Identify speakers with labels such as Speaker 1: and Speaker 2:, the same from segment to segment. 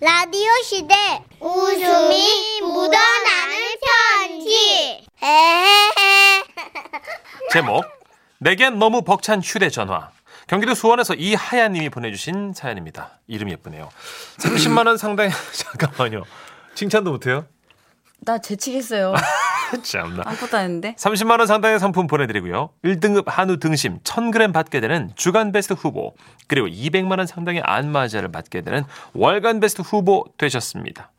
Speaker 1: 라디오 시대 웃음이 묻어나는 편지 에헤헤
Speaker 2: 제목 내겐 너무 벅찬 휴대전화 경기도 수원에서 이하야님이 보내주신 사연입니다. 이름 예쁘네요. 30만 원 상당의 잠깐만요. 칭찬도 못해요?
Speaker 3: 나 재치겠어요.
Speaker 2: 참나.
Speaker 3: 아무것도 안 했는데.
Speaker 2: 30만 원 상당의 상품 보내드리고요. 1등급 한우 등심 1,000g 받게 되는 주간 베스트 후보 그리고 200만 원 상당의 안마자를 받게 되는 월간 베스트 후보 되셨습니다.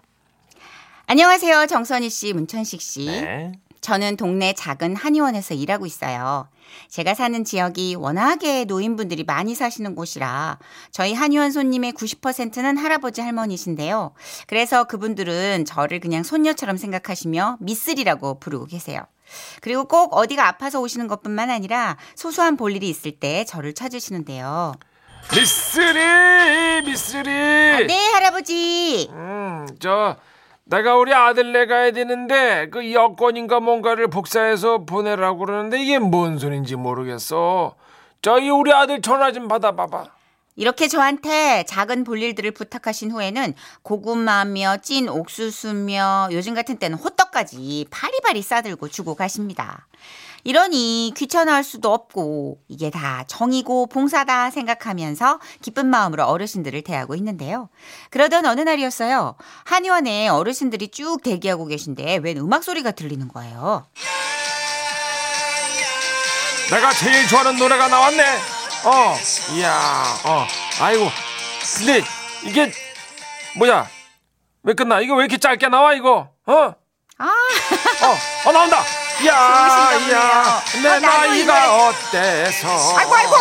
Speaker 3: 안녕하세요. 정선희 씨, 문천식 씨.
Speaker 2: 네.
Speaker 3: 저는 동네 작은 한의원에서 일하고 있어요. 제가 사는 지역이 워낙에 노인분들이 많이 사시는 곳이라 저희 한의원 손님의 90%는 할아버지 할머니신데요. 그래서 그분들은 저를 그냥 손녀처럼 생각하시며 미쓰리라고 부르고 계세요. 그리고 꼭 어디가 아파서 오시는 것뿐만 아니라 소소한 볼일이 있을 때 저를 찾으시는데요.
Speaker 2: 미쓰리 미쓰리.
Speaker 3: 네, 할아버지.
Speaker 2: 음, 저 내가 우리 아들네 가야 되는데 그 여권인가 뭔가를 복사해서 보내라고 그러는데 이게 뭔 소린지 모르겠어. 저기 우리 아들 전화 좀 받아봐봐.
Speaker 3: 이렇게 저한테 작은 볼일들을 부탁하신 후에는 고구마며 찐 옥수수며 요즘 같은 때는 호떡까지 파리파리 싸들고 주고 가십니다. 이러니 귀찮아할 수도 없고 이게 다 정이고 봉사다 생각하면서 기쁜 마음으로 어르신들을 대하고 있는데요. 그러던 어느 날이었어요. 한의원에 어르신들이 쭉 대기하고 계신데 웬 음악 소리가 들리는 거예요.
Speaker 2: 내가 제일 좋아하는 노래가 나왔네. 어, 이야, 어, 아이고. 근데 이게 뭐야? 왜 끝나? 이거 왜 이렇게 짧게 나와 이거? 어? 어,
Speaker 3: 아,
Speaker 2: 어 나온다. 야,
Speaker 3: 좋으신가
Speaker 2: 야,
Speaker 3: 보네요.
Speaker 2: 내
Speaker 3: 어, 나도 이
Speaker 2: 나이가 어때서?
Speaker 3: 아이고 아이고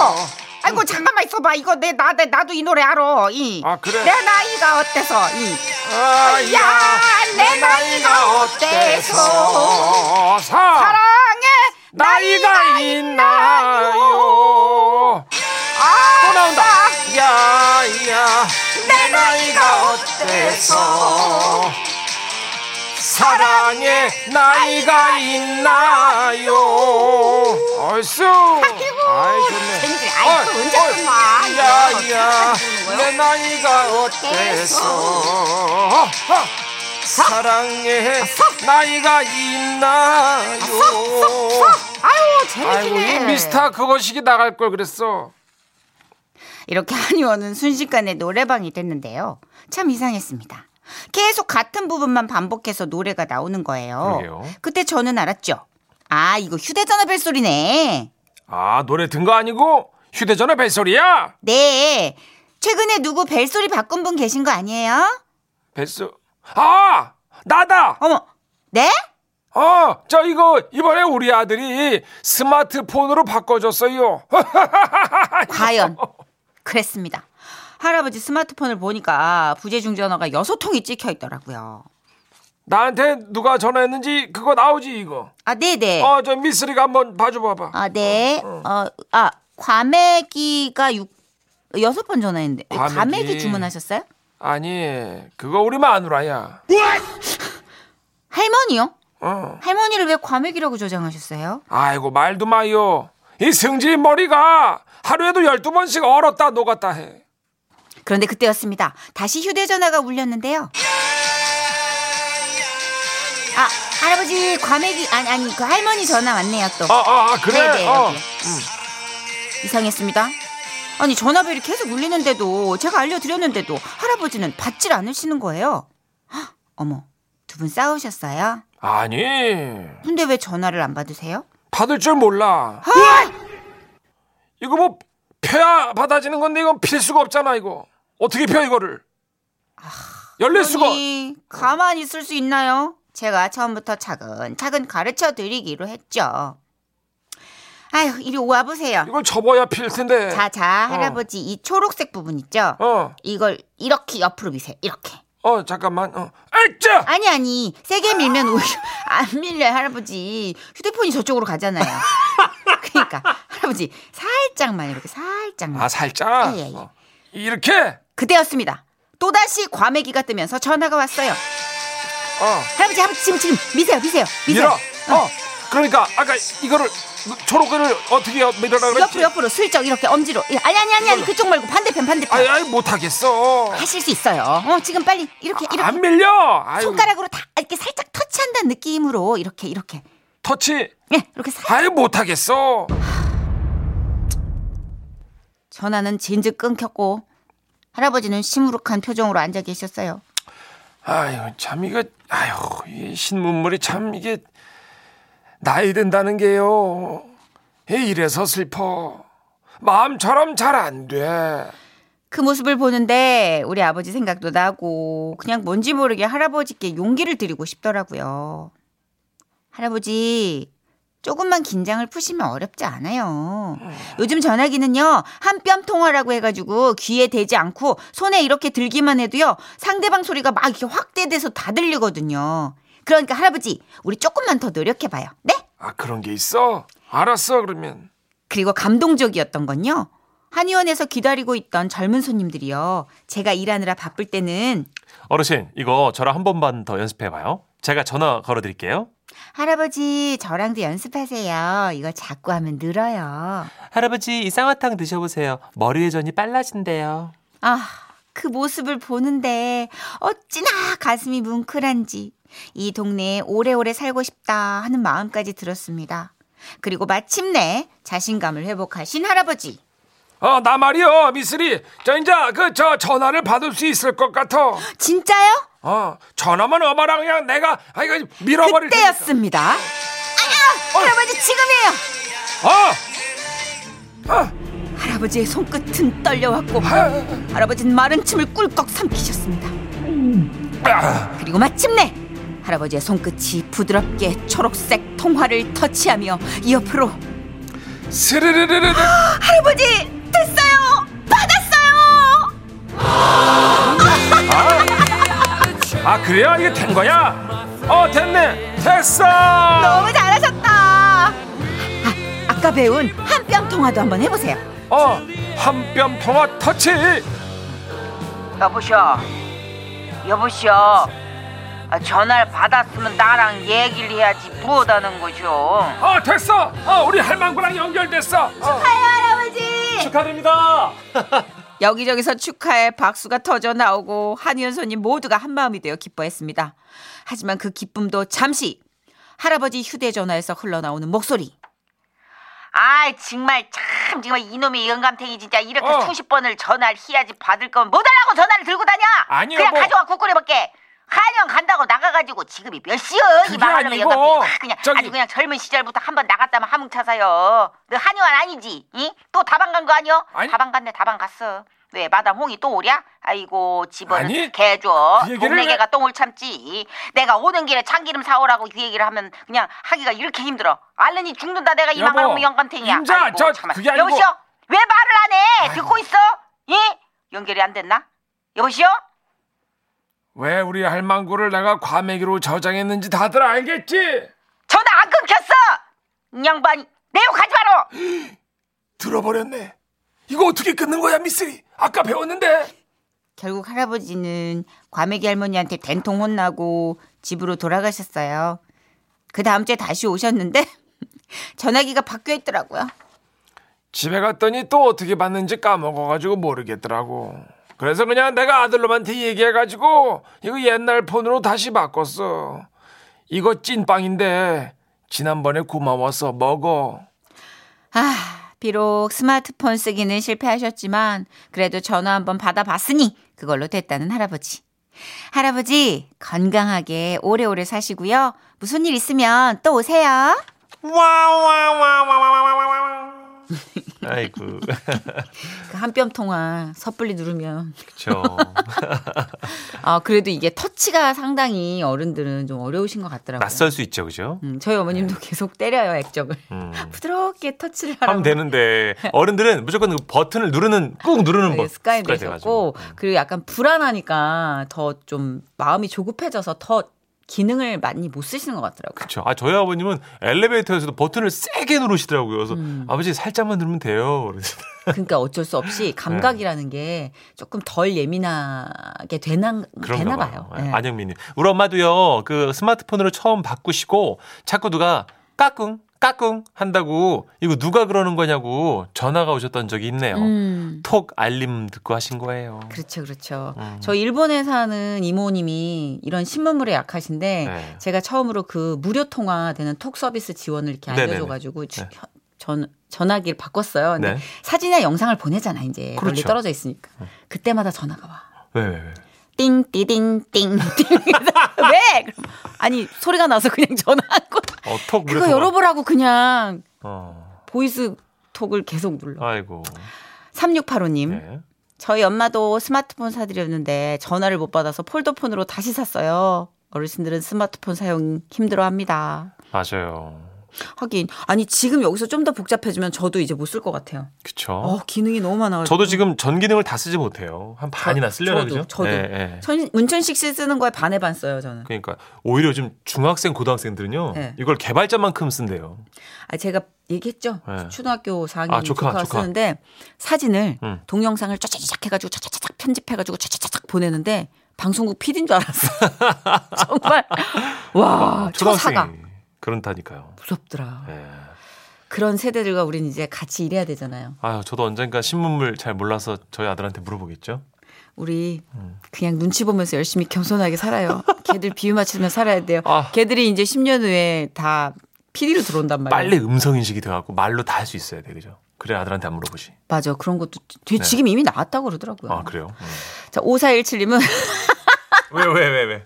Speaker 3: 아이고 잠깐만 있어봐 이거 내 나 내 나도 이 노래 알아 이.
Speaker 2: 아, 그래?
Speaker 3: 내 나이가 어때서 이.
Speaker 2: 아, 야, 내 나이가 어때서? 사랑
Speaker 3: 사랑해
Speaker 2: 나이가 있나요? 또 나온다. 야, 야, 내 나이가 어때서? 사랑에 나이가 있나요? 얼쑤. 아이 좋네.
Speaker 3: 쟤네들 아이고
Speaker 2: 어이,
Speaker 3: 언제
Speaker 2: 어이.
Speaker 3: 끝나 이거.
Speaker 2: 야, 야,
Speaker 3: 부르는 거야?
Speaker 2: 내 나이가 어때서? 사랑에 나이가 있나요?
Speaker 3: 아유
Speaker 2: 어. 아이고
Speaker 3: 재밌네
Speaker 2: 이 미스터 그것이기 나갈 걸 그랬어.
Speaker 3: 이렇게 한의원은 순식간에 노래방이 됐는데요 참 이상했습니다 계속 같은 부분만 반복해서 노래가 나오는 거예요
Speaker 2: 그러게요.
Speaker 3: 그때 저는 알았죠 아 이거 휴대전화 벨소리네
Speaker 2: 아 노래 든 거 아니고 휴대전화 벨소리야?
Speaker 3: 네. 최근에 누구 벨소리 바꾼 분 계신 거 아니에요?
Speaker 2: 벨소 아 나다.
Speaker 3: 어머. 네?
Speaker 2: 어 저 이거 이번에 우리 아들이 스마트폰으로 바꿔줬어요.
Speaker 3: 과연. 그랬습니다. 할아버지 스마트폰을 보니까 부재중 전화가 여섯 통이 찍혀 있더라고요.
Speaker 2: 나한테 누가 전화했는지 그거 나오지 이거.
Speaker 3: 아, 네네.
Speaker 2: 어 저 미스리가 한번 봐줘봐봐.
Speaker 3: 아, 네. 어, 아, 과메기가 육 여섯 번 전화했는데. 과메기.
Speaker 2: 과메기.
Speaker 3: 주문하셨어요?
Speaker 2: 아니 그거 우리 마누라야.
Speaker 3: 할머니요?
Speaker 2: 어.
Speaker 3: 할머니를 왜 과메기라고 저장하셨어요?
Speaker 2: 아이고 말도 마요. 이 승진 머리가 하루에도 열두 번씩 얼었다 녹았다 해.
Speaker 3: 그런데 그때였습니다. 다시 휴대전화가 울렸는데요. 아, 할아버지 과메기 아니 아니 그 할머니 전화 왔네요 또.
Speaker 2: 아, 아, 아 그래.
Speaker 3: 네네,
Speaker 2: 어.
Speaker 3: 여기요. 이상했습니다. 아니 전화벨이 계속 울리는데도 제가 알려드렸는데도 할아버지는 받질 않으시는 거예요. 헉, 어머, 두 분 싸우셨어요?
Speaker 2: 아니
Speaker 3: 근데 왜 전화를 안 받으세요?
Speaker 2: 받을 줄 몰라. 이거 뭐 펴야 받아지는 건데 이건 필 수가 없잖아 이거. 어떻게 펴 이거를?
Speaker 3: 아,
Speaker 2: 열릴 수가.
Speaker 3: 아니, 가만히 있을 수 있나요? 제가 처음부터 차근차근 가르쳐 드리기로 했죠. 아휴, 이리 와 보세요.
Speaker 2: 이걸 접어야 필 텐데.
Speaker 3: 자, 자, 할아버지 이 초록색 부분 있죠?
Speaker 2: 네. 어,
Speaker 3: 이걸 이렇게 옆으로 미세요. 이렇게.
Speaker 2: 어 잠깐만. 어, 아짜.
Speaker 3: 아니, 아니. 세게 밀면 오히려 안 밀려요, 할아버지. 휴대폰이 저쪽으로 가잖아요. 그러니까 할아버지 살짝만 이렇게 살짝만.
Speaker 2: 아 살짝.
Speaker 3: 예, 예, 예.
Speaker 2: 어. 이렇게.
Speaker 3: 그때였습니다. 또다시 과메기가 뜨면서 전화가 왔어요.
Speaker 2: 어,
Speaker 3: 할아버지, 할아버지 지금 지금 미세요, 미세요. 미세요.
Speaker 2: 밀어. 어, 그러니까 아까 이거를 초록을 어떻게 밀어라 그랬지?
Speaker 3: 옆으로 옆으로 슬쩍 이렇게 엄지로 예, 아니 아니 아니 아니 그쪽 말고 반대편 반대편
Speaker 2: 아이 아이 못하겠어.
Speaker 3: 하실 수 있어요 어 지금 빨리 이렇게 이렇게
Speaker 2: 안 밀려. 아유,
Speaker 3: 손가락으로 다 이렇게 살짝 터치한다는 느낌으로 이렇게 이렇게
Speaker 2: 터치.
Speaker 3: 예 이렇게 살
Speaker 2: 아이 못하겠어.
Speaker 3: 전화는 진즉 끊겼고 할아버지는 시무룩한 표정으로 앉아 계셨어요
Speaker 2: 아유 참 이거 아유 이 신문물이 참 이게 나이 든다는 게요. 이 이래서 슬퍼. 마음처럼 잘 안 돼.
Speaker 3: 그 모습을 보는데 우리 아버지 생각도 나고 그냥 뭔지 모르게 할아버지께 용기를 드리고 싶더라고요. 할아버지 조금만 긴장을 푸시면 어렵지 않아요. 요즘 전화기는요 한 뼘 통화라고 해가지고 귀에 대지 않고 손에 이렇게 들기만 해도요 상대방 소리가 막 이렇게 확대돼서 다 들리거든요. 그러니까 할아버지 우리 조금만 더 노력해봐요. 네?
Speaker 2: 아 그런 게 있어? 알았어 그러면.
Speaker 3: 그리고 감동적이었던 건요. 한의원에서 기다리고 있던 젊은 손님들이요. 제가 일하느라 바쁠 때는
Speaker 4: 어르신, 이거 저랑 한 번만 더 연습해 봐요. 제가 전화 걸어 드릴게요.
Speaker 3: 할아버지 저랑도 연습하세요. 이거 자꾸 하면 늘어요.
Speaker 4: 할아버지, 이 쌍화탕 드셔보세요. 머리 회전이 빨라진대요.
Speaker 3: 아, 그 모습을 보는데 어찌나 가슴이 뭉클한지 이 동네에 오래오래 살고 싶다 하는 마음까지 들었습니다. 그리고 마침내 자신감을 회복하신 할아버지.
Speaker 2: 어 나 말이요 미쓰리 저 이제 그 저 전화를 받을 수 있을 것 같아.
Speaker 3: 진짜요?
Speaker 2: 어 전화만 어마랑 그냥 내가 아 이거 밀어버릴
Speaker 3: 그때였습니다. 어. 아, 할아버지 지금이에요.
Speaker 2: 테니까. 어. 어.
Speaker 3: 할아버지의 손끝은 떨려왔고 할아버지는 마른 침을 꿀꺽 삼키셨습니다. 그리고 마침내 할아버지의 손끝이 부드럽게 초록색 통화를 터치하며 옆으로
Speaker 2: 스르르르르.
Speaker 3: 할아버지 됐어요 받았어요
Speaker 2: 아 그래요 이게 된 거야? 어 됐네 됐어.
Speaker 3: 너무 잘하셨다. 아, 아까 배운 한 뼘 통화도 한번 해보세요.
Speaker 2: 어한 뼘 통화 터치.
Speaker 5: 여보쇼 여보쇼 아, 전화를 받았으면 나랑 얘기를 해야지 뭐다는 거죠
Speaker 2: 어 됐어. 어 우리 할망구랑 연결됐어. 어,
Speaker 4: 축하드립니다.
Speaker 3: 여기저기서 축하의 박수가 터져 나오고 한의원 손님 모두가 한마음이 되어 기뻐했습니다. 하지만 그 기쁨도 잠시 할아버지 휴대전화에서 흘러나오는 목소리.
Speaker 5: 아이 정말 참 정말 이놈의 영감탱이 진짜 이렇게
Speaker 2: 어.
Speaker 5: 수십 번을 전화를 해야지 받을 거면 뭐달라고 전화를 들고 다녀
Speaker 2: 아니요,
Speaker 5: 그냥
Speaker 2: 뭐.
Speaker 5: 가져와 국거리 밖에 한영 간다고 나가가지고 지금이 몇 시여
Speaker 2: 그게
Speaker 5: 이 망하는
Speaker 2: 아니고.
Speaker 5: 영감탱이 확 그냥
Speaker 2: 저기-
Speaker 5: 아주 그냥 젊은 시절부터 한 번 나갔다면 한뭉차 사요 너 한의원 아니지? 이? 또 다방 간 거 아니여?
Speaker 2: 아니.
Speaker 5: 다방 갔네 다방 갔어 왜 마담 홍이 또 오랴? 아이고
Speaker 2: 아니,
Speaker 5: 집어는 개줘
Speaker 2: 그 얘기를
Speaker 5: 동네
Speaker 2: 왜-
Speaker 5: 개가 똥을 참지 내가 오는 길에 참기름 사오라고 그 얘기를 하면 그냥 하기가 이렇게 힘들어 알른이 죽는다 내가 이
Speaker 2: 여보,
Speaker 5: 망하는 영감탱이야
Speaker 2: 임자,
Speaker 5: 아이고,
Speaker 2: 저
Speaker 5: 참아.
Speaker 2: 그게 아니고-
Speaker 5: 여보시오 왜 말을 안 해? 듣고 있어? 예? 연결이 안 됐나? 여보시오?
Speaker 2: 왜 우리 할망구를 내가 과메기로 저장했는지 다들 알겠지?
Speaker 5: 전화 안 끊겼어! 이 양반이 내 욕하지 마라!
Speaker 2: 들어버렸네. 이거 어떻게 끊는 거야 미쓰리? 아까 배웠는데.
Speaker 3: 결국 할아버지는 과메기 할머니한테 된통 혼나고 집으로 돌아가셨어요. 그 다음 주에 다시 오셨는데 전화기가 바뀌어 있더라고요.
Speaker 2: 집에 갔더니 또 어떻게 봤는지 까먹어가지고 모르겠더라고. 그래서 그냥 내가 아들놈한테 얘기해가지고 이거 옛날 폰으로 다시 바꿨어. 이거 찐빵인데 지난번에 고마워서 먹어.
Speaker 3: 아, 비록 스마트폰 쓰기는 실패하셨지만 그래도 전화 한번 받아봤으니 그걸로 됐다는 할아버지. 할아버지 건강하게 오래오래 사시고요. 무슨 일 있으면 또 오세요.
Speaker 4: 아이고.
Speaker 3: 그 한 뼘 통화 섣불리 누르면
Speaker 4: 그쵸.
Speaker 3: 아 그래도 이게 터치가 상당히 어른들은 좀 어려우신 것 같더라고요.
Speaker 4: 낯설 수 있죠, 그죠?
Speaker 3: 음, 저희 어머님도 계속 때려요 액정을
Speaker 4: 네. 음.
Speaker 3: 부드럽게 터치를
Speaker 4: 하면
Speaker 3: 하라고 그
Speaker 4: 되는데 어른들은 무조건 그 버튼을 누르는 꾹 누르는 버-
Speaker 3: 습관이
Speaker 4: 습관이
Speaker 3: 되셨고
Speaker 4: 돼가지고. 음.
Speaker 3: 그리고 약간 불안하니까 더 좀 마음이 조급해져서 더 기능을 많이 못 쓰시는 것 같더라고요.
Speaker 4: 그렇죠. 아 저희 아버님은 엘리베이터에서도 버튼을 세게 누르시더라고요. 그래서 아버지 살짝만 누르면 돼요. 그래서
Speaker 3: 그러니까 어쩔 수
Speaker 4: 네.
Speaker 3: 없이 감각이라는 게 조금 덜 예민하게 되나 되나
Speaker 4: 그런가
Speaker 3: 봐요.
Speaker 4: 봐요. 네.
Speaker 3: 예.
Speaker 4: 안영민님, 우리 엄마도요 그 스마트폰으로 처음 바꾸시고 자꾸 누가 까꿍 까꿍 한다고 이거 누가 그러는 거냐고 전화가 오셨던 적이 있네요.
Speaker 3: 음.
Speaker 4: 톡 알림 듣고 하신 거예요.
Speaker 3: 그렇죠, 그렇죠.
Speaker 4: 음.
Speaker 3: 저 일본에 사는 이모님이 이런 신문물에 약하신데
Speaker 4: 네.
Speaker 3: 제가 처음으로 그 무료 통화되는 톡 서비스 지원을 이렇게
Speaker 4: 네네네.
Speaker 3: 알려줘가지고 주-
Speaker 4: 네.
Speaker 3: 전 전화기를 바꿨어요. 근데
Speaker 4: 네.
Speaker 3: 사진이나 영상을 보내잖아 이제 멀리
Speaker 4: 그렇죠.
Speaker 3: 떨어져 있으니까 그때마다 전화가 와.
Speaker 4: 왜, 왜, 왜?
Speaker 3: 띵띠띵띵띵 왜? 그럼 아니 소리가 나서 그냥 전화한 거.
Speaker 4: 어, 톡 무료
Speaker 3: 그거
Speaker 4: 통화.
Speaker 3: 열어보라고 그냥
Speaker 4: 어,
Speaker 3: 보이스 톡을 계속 눌러.
Speaker 4: 아이고.
Speaker 3: 3685님.
Speaker 4: 어. 네.
Speaker 3: 저희 엄마도 스마트폰 사드렸는데 전화를 못 받아서 폴더폰으로 다시 샀어요. 어르신들은 스마트폰 사용 힘들어합니다.
Speaker 4: 맞아요.
Speaker 3: 하긴 아니 지금 여기서 좀 더 복잡해지면 저도 이제 못 쓸 것 같아요.
Speaker 4: 그쵸.
Speaker 3: 어, 기능이 너무 많아가지고.
Speaker 4: 저도 지금 전 기능을 다 쓰지 못해요. 한 반이나 쓰려나
Speaker 3: 저도,
Speaker 4: 그죠?
Speaker 3: 저도.
Speaker 4: 예, 예.
Speaker 3: 네. 천- 문천식 씨 쓰는 거에 반에 반 써요 저는.
Speaker 4: 그러니까 오히려 지금 중학생 고등학생들은요
Speaker 3: 네.
Speaker 4: 이걸 개발자만큼 쓴대요.
Speaker 3: 아 제가 얘기했죠.
Speaker 4: 네.
Speaker 3: 초등학교 4학년
Speaker 4: 아, 조카,
Speaker 3: 조카가
Speaker 4: 조카.
Speaker 3: 쓰는데 사진을
Speaker 4: 음.
Speaker 3: 동영상을 쫙쫙쫙 해가지고 쫙쫙쫙 편집해가지고 쫙쫙쫙 보내는데 방송국 PD인 줄 알았어. 정말 와
Speaker 4: 초등학생이
Speaker 3: 처사가
Speaker 4: 그런다니까요.
Speaker 3: 무섭더라.
Speaker 4: 예.
Speaker 3: 그런 세대들과 우린 이제 같이 일해야 되잖아요.
Speaker 4: 아유, 저도 언젠가 신문물 잘 몰라서 저희 아들한테 물어보겠죠.
Speaker 3: 우리
Speaker 4: 음.
Speaker 3: 그냥 눈치 보면서 열심히 겸손하게 살아요. 걔들 비유 맞추면서 살아야 돼요.
Speaker 4: 아.
Speaker 3: 걔들이 이제 10년 후에 다 PD로 들어온단 말이에요.
Speaker 4: 빨리 음성 인식이 돼갖고 말로 다 할 수 있어야 돼, 그죠? 그래 아들한테 안 물어보지.
Speaker 3: 맞아. 그런 것도 뒤- 지금 이미 나왔다고 그러더라고요.
Speaker 4: 네. 아 그래요?
Speaker 3: 자, 5417님은
Speaker 4: 왜 왜 왜 왜? 왜?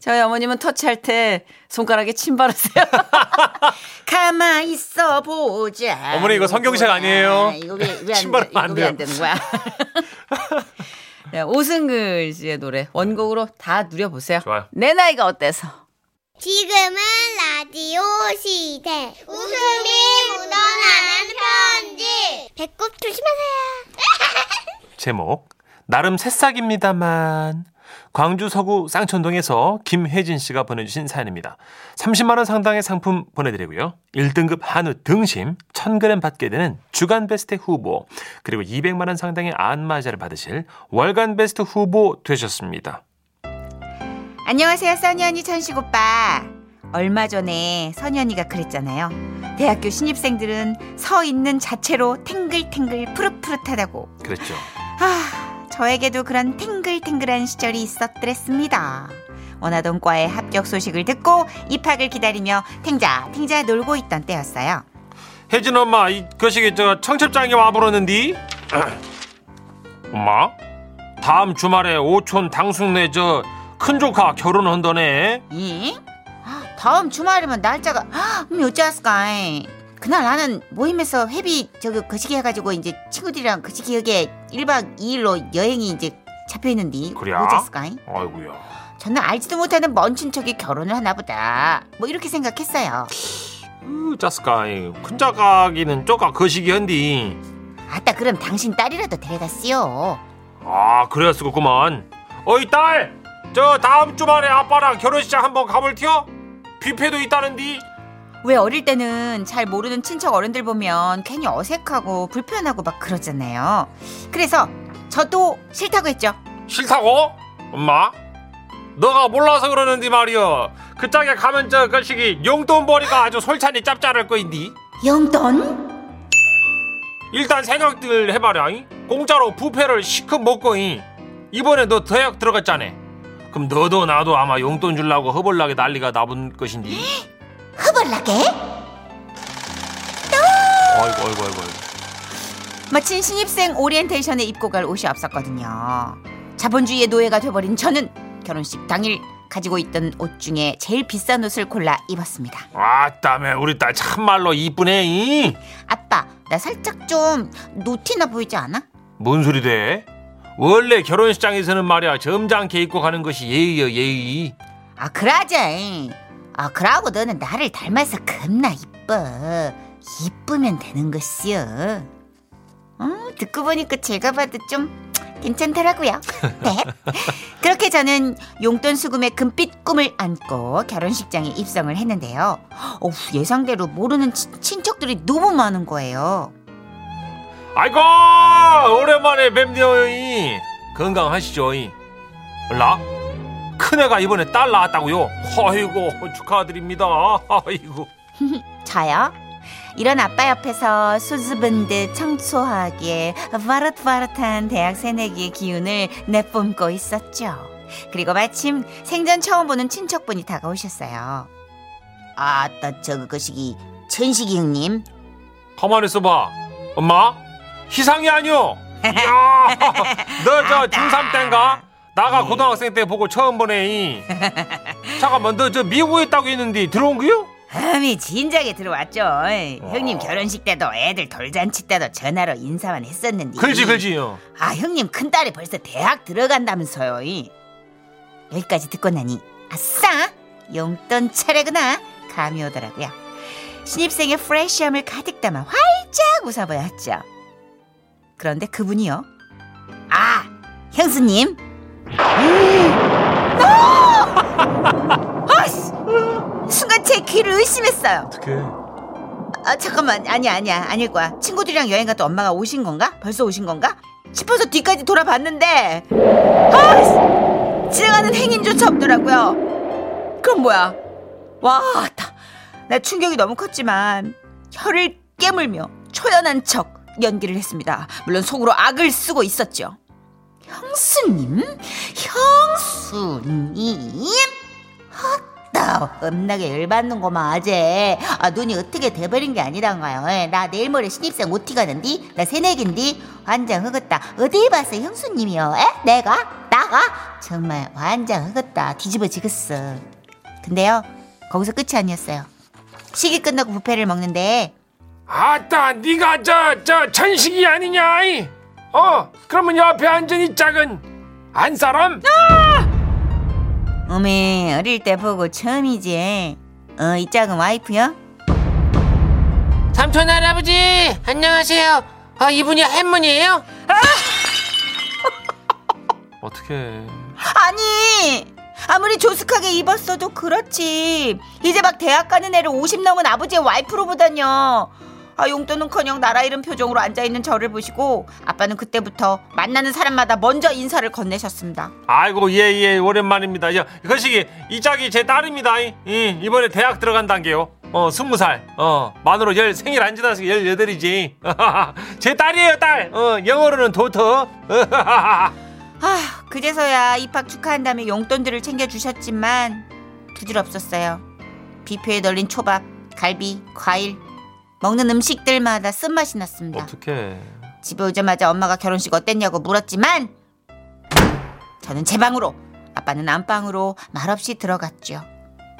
Speaker 3: 저희 어머님은 터치할 때 손가락에 침 바르세요. 가만 있어 보자.
Speaker 4: 어머니, 이거 성경책 아니에요?
Speaker 3: 이거 왜, 왜
Speaker 4: 침 바르면
Speaker 3: 안,
Speaker 4: 안
Speaker 3: 이거 왜
Speaker 4: 돼요.
Speaker 3: 안 되는 거야? 네, 오승글 씨의 노래 원곡으로 다 누려보세요.
Speaker 4: 좋아요.
Speaker 3: 내 나이가 어때서?
Speaker 1: 지금은 라디오 시대. 웃음이 묻어나는 편지. 배꼽 조심하세요.
Speaker 4: 제목 나름 새싹입니다만 광주 서구 쌍천동에서 김혜진 씨가 보내주신 사연입니다. 30만 원 상당의 상품 보내드리고요. 1등급 한우 등심 1,000g 받게 되는 주간 베스트 후보 그리고 200만 원 상당의 안마자를 받으실 월간 베스트 후보 되셨습니다.
Speaker 3: 안녕하세요, 써니 언니, 천식 오빠. 얼마 전에 써니 언니가 그랬잖아요. 대학교 신입생들은 서 있는 자체로 탱글탱글 푸릇푸릇하다고.
Speaker 4: 그랬죠.
Speaker 3: 아, 저에게도 그런 탱글탱글한 시절이 있었더랬습니다. 원하던 과에 합격 소식을 듣고 입학을 기다리며 탱자 탱자 놀고 있던 때였어요.
Speaker 2: 혜진 엄마 이 거시기 저 청첩장에 와부르 는디 엄마 다음 주말에 오촌 당숙네 저 큰조카 결혼한다네
Speaker 3: 이? 다음 주말이면 날짜가 몇자스까 그날 나는 모임에서 회비 저기 그 거시기 해가지고 이제 친구들이랑 그 거시기 역에 1박 2일로 여행이 이제 잡혀 있는데
Speaker 2: 그래야?
Speaker 3: 어제스까
Speaker 2: 아이고야
Speaker 3: 저는 알지도 못하는 먼 친척이 결혼을 하나 보다 뭐 이렇게 생각했어요
Speaker 2: 으, 자스카이 큰자가기는 쪼까 그 거시기 한디
Speaker 3: 아따 그럼 당신 딸이라도 데려갔어요
Speaker 2: 아 그랬었구만 어이 딸 저 다음 주말에 아빠랑 결혼식장 한번 가볼 티어 뷔페도 있다는디
Speaker 3: 왜 어릴 때는 잘 모르는 친척 어른들 보면 괜히 어색하고 불편하고 막 그러잖아요. 그래서 저도 싫다고 했죠.
Speaker 2: 싫다고? 엄마? 너가 몰라서 그러는데 말이여 그 짝에 가면 저 거시기 용돈벌이가 아주 솔찬히 짭짤할 거인디
Speaker 3: 영돈?
Speaker 2: 일단 생각들 해봐라 이. 공짜로 부페를 시큼 먹고 이. 이번에 너 대학 들어갔잖아 그럼 너도 나도 아마 용돈 주려고 허벌나게 난리가 나본 것인지
Speaker 3: 허벌나게?
Speaker 4: 아이고 아이고 아이고. 아이고.
Speaker 3: 마침 신입생 오리엔테이션에 입고 갈 옷이 없었거든요. 자본주의의 노예가 돼버린 저는 결혼식 당일 가지고 있던 옷 중에 제일 비싼 옷을 골라 입었습니다.
Speaker 2: 아따매 우리 딸 참말로 이쁘네 이.
Speaker 3: 아빠, 나 살짝 좀 노티나 보이지 않아?
Speaker 2: 뭔 소리 돼? 원래 결혼식장에서는 말이야 점잖게 입고 가는 것이 예의여 예의
Speaker 3: 아 그러지 아 그러고 너는 나를 닮아서 겁나 이뻐 이쁘면 되는 것이여 어, 듣고 보니까 제가 봐도 좀 괜찮더라고요 네 그렇게 저는 용돈 수금의 금빛 꿈을 안고 결혼식장에 입성을 했는데요 어우, 예상대로 모르는 친- 친척들이 너무 많은 거예요
Speaker 2: 아이고 오랜만에 뵙네요 이. 건강하시죠 이. 라? 큰애가 이번에 딸 낳았다고요? 아이고 축하드립니다 아이고
Speaker 6: 저요? 이런 아빠 옆에서 수줍은 듯 청초하게 바릇바릇한 대학 새내기의 기운을 내뿜고 있었죠. 그리고 마침 생전 처음 보는 친척분이 다가오셨어요. 아따 저그것이기 천식이 형님.
Speaker 2: 가만히 있어봐. 엄마? 희상이 아니오. 야, 너저 중3 땐가? 나가 고등학생 때 보고 처음 보네. 잠깐만, 너 저 미국에 있다고 했는데 들어온 거요?
Speaker 6: 흠이 진작에 들어왔죠. 형님 결혼식 때도 애들 돌잔치 때도 전화로 인사만 했었는데.
Speaker 2: 글지,
Speaker 4: 어.
Speaker 2: 글지요.
Speaker 6: 아 형님 큰딸이 벌써 대학 들어간다면서요 이. 여기까지 듣고 나니 아싸 용돈 차례구나 감이 오더라고요 신입생의 프레시함을 가득 담아 활짝 웃어보였죠 그런데 그분이요 아 형수님 음! 아! 아씨 순간 제 귀를 의심했어요
Speaker 4: 어떻게?
Speaker 6: 아 잠깐만 아니야 아니야 아닐 거야 친구들이랑 여행 갔다 엄마가 오신 건가 벌써 오신 건가 싶어서 뒤까지 돌아봤는데 아 씨! 지나가는 행인조차 없더라고요 그럼 뭐야 와나 충격이 너무 컸지만 혀를 깨물며 초연한 척 연기를 했습니다 물론 속으로 악을 쓰고 있었죠 형수님 형수님 나 엄나게 열받는구만 아재 아 눈이 어떻게 돼버린 게 아니란가요 예, 나 내일 모레 신입생 OT 가는디 나 새내기인디 완전 흑었다 어디 봤어 형수님이요 에? 내가? 나가? 정말 완전 흑었다 뒤집어지겠어 근데요 거기서 끝이 아니었어요 식이 끝나고 부페를 먹는데
Speaker 2: 아따, 네가 저, 저 천식이 아니냐? 이? 어, 그러면 옆에 앉은 이 작은 안 사람?
Speaker 6: 어메 어릴 때 보고 처음이지 어 이 작은 와이프요?
Speaker 7: 삼촌 할아버지 안녕하세요. 아 이분이 할머니예요?
Speaker 4: 어떻게?
Speaker 6: 아니 아무리 조숙하게 입었어도 그렇지 이제 막 대학 가는 애를 50 넘은 아버지의 와이프로 보다뇨 아 용돈은커녕 나라 잃은 표정으로 앉아있는 저를 보시고 아빠는 그때부터 만나는 사람마다 먼저 인사를 건네셨습니다
Speaker 4: 아이고 예예 오랜만입니다. 야, 그 거시기 이짝이 제 딸입니다. 이. 이, 이번에 대학 들어간 단계요. 어 스무 살. 어 만으로 열 생일 안 지나서 열 여덟이지. 제 딸이에요 딸. 어 영어로는 도터.
Speaker 2: 네.
Speaker 6: 아 그제서야 입학 축하한 다음에 용돈들을 챙겨주셨지만 부질없었어요 비표에 널린 초밥 갈비 과일 먹는 음식들마다 쓴맛이 났습니다
Speaker 4: 어떻게?
Speaker 6: 집에 오자마자 엄마가 결혼식 어땠냐고 물었지만 저는 제 방으로 아빠는 안방으로 말없이 들어갔죠.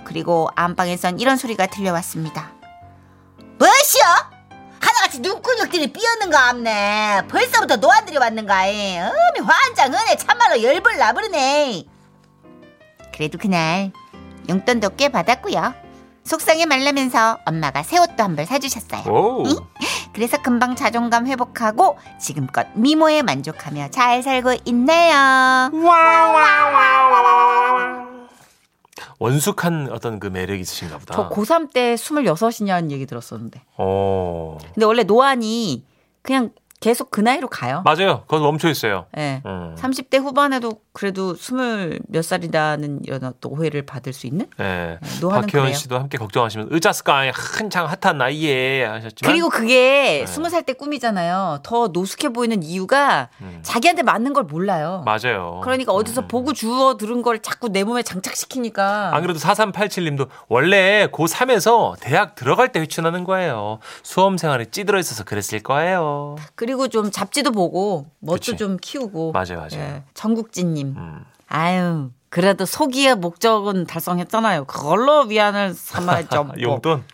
Speaker 6: 그리고 안방에선 이런 소리가 들려왔습니다. 뭐시여? 하나같이 눈구녕들이 삐었는가 없네. 벌써부터 노안들이 왔는가. 이. 어미 환장 은혜 참말로 열불 나버리네. 그래도 그날 용돈도 꽤 받았고요. 속상해 말라면서 엄마가 새 옷도 한 벌 사주셨어요.
Speaker 4: 오.
Speaker 6: 그래서 금방 자존감 회복하고 지금껏 미모에 만족하며 잘 살고 있네요.
Speaker 4: 원숙한 어떤 그 매력 있으신가 보다.
Speaker 3: 저 고3 때 26이냐는 얘기 들었었는데.
Speaker 4: 어.
Speaker 3: 근데 원래 노안이 그냥 계속 그 나이로 가요.
Speaker 4: 맞아요. 거기 멈춰 있어요.
Speaker 3: 예.
Speaker 4: 음.
Speaker 3: 30대 후반에도 그래도 스물 몇 살이라는 이런 또 오해를 받을 수 있는?
Speaker 4: 예.
Speaker 3: 노화는
Speaker 4: 박혜원
Speaker 3: 그래요.
Speaker 4: 씨도 함께 걱정하시면 의자스카이 한창 핫한 나이에 하셨지만 네.
Speaker 3: 그리고 그게 스무 살 때 꿈이잖아요. 더 노숙해 보이는 이유가
Speaker 4: 음.
Speaker 3: 자기한테 맞는 걸 몰라요.
Speaker 4: 맞아요.
Speaker 3: 그러니까 어디서
Speaker 4: 음. 아,
Speaker 3: 보고 주워 들은 걸 자꾸 내 몸에 장착시키니까.
Speaker 4: 안 그래도 4387님도 원래 고3에서 대학 들어갈 때 회춘하는 거예요. 수험 생활에 찌들어 있어서 그랬을 거예요.
Speaker 3: 그리고 좀 잡지도 보고
Speaker 4: 그치.
Speaker 3: 멋도 좀 키우고.
Speaker 4: 맞아요, 맞아요.
Speaker 3: 예. 전국진님.
Speaker 4: 음.
Speaker 3: 아유. 그래도 속이의 목적은 달성했잖아요. 그걸로 위안을 삼아야죠. 뭐.
Speaker 4: 용돈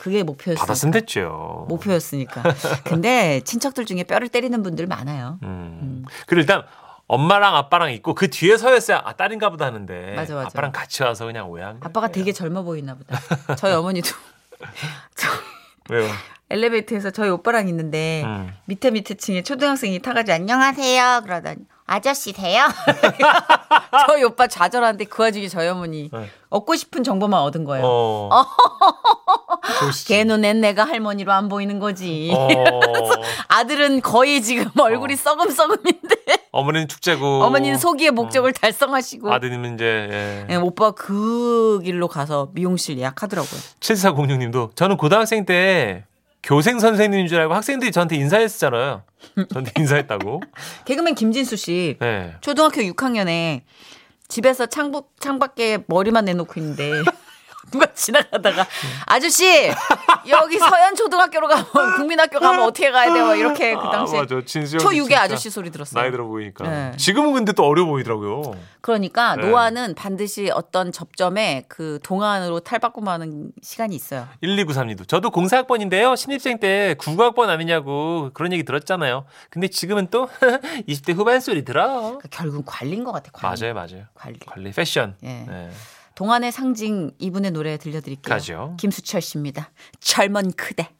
Speaker 3: 그게 목표였어요.
Speaker 4: 받았으면 됐죠.
Speaker 3: 목표였으니까. 근데 친척들 중에 뼈를 때리는 분들 많아요.
Speaker 4: 음. 그리고 일단 엄마랑 아빠랑 있고 그 뒤에 서였어야 아 딸인가 보다 하는데
Speaker 3: 맞아, 맞아.
Speaker 4: 빠랑 같이 와서 그냥 오양.
Speaker 3: 아빠가 되게 젊어 보이나 보다. 저희 어머니도 저 아.
Speaker 4: 왜요?
Speaker 3: 엘리베이터에서 저희 오빠랑 있는데
Speaker 4: 음.
Speaker 3: 밑에 밑에 층에 초등학생이 타가지고 안녕
Speaker 6: 안녕하세요. 그러더니 아저씨세요?
Speaker 3: 저희 오빠 네. 좌절하는데 어, 그 와중에 저희 어머니 얻고 싶은 정보만 얻은 거예요.
Speaker 4: 어. 보시죠.
Speaker 3: 걔 눈엔 내가 할머니로 안 보이는 거지.
Speaker 4: 어,
Speaker 3: 아들은 거의 지금 얼굴이 썩음썩음인데
Speaker 4: 어머니는 축제고
Speaker 3: 어. 어머니는 속이의 목적을 달성하시고
Speaker 4: 아드님은 이제 예.
Speaker 3: 예, 오빠 그 길로 가서 미용실 예약하더라고요.
Speaker 4: 7406님도 저는 고등학생 때 교생 선생님인 줄 알고 학생들이 저한테 인사했었잖아요. 저한테 인사했다고.
Speaker 3: 개그맨 김진수 씨
Speaker 4: 네.
Speaker 3: 초등학교 6학년에 집에서 창밖 창밖에 머리만 내놓고 있는데 누가 지나가다가 아저씨 여기 서현 초등학교로 가면 국민학교 가면 어떻게 가야 돼요? 이렇게 그 당시에
Speaker 4: 아, 맞아. 진수 형이
Speaker 3: 초육의
Speaker 4: 진짜
Speaker 3: 아저씨 소리 들었어요.
Speaker 4: 나이 들어 보이니까.
Speaker 3: 네.
Speaker 4: 지금은 근데 또 어려 보이더라고요.
Speaker 3: 그러니까
Speaker 4: 네.
Speaker 3: 노화는 반드시 어떤 접점에 그 동안으로 탈바꿈하는 시간이 있어요.
Speaker 4: 1293님도 저도 공사학번인데요. 신입생 때 국어학번 아니냐고 그런 얘기 들었잖아요. 근데 지금은 또 20대 후반 소리 들어.
Speaker 3: 그러니까 결국 관리인 것 같아. 관리.
Speaker 4: 맞아요, 맞아요.
Speaker 3: 관리.
Speaker 4: 관리 패션.
Speaker 3: 예.
Speaker 4: 네.
Speaker 3: 동안의 상징 이분의 노래 들려드릴게요.
Speaker 4: 가죠.
Speaker 3: 김수철 씨입니다. 젊은 그대.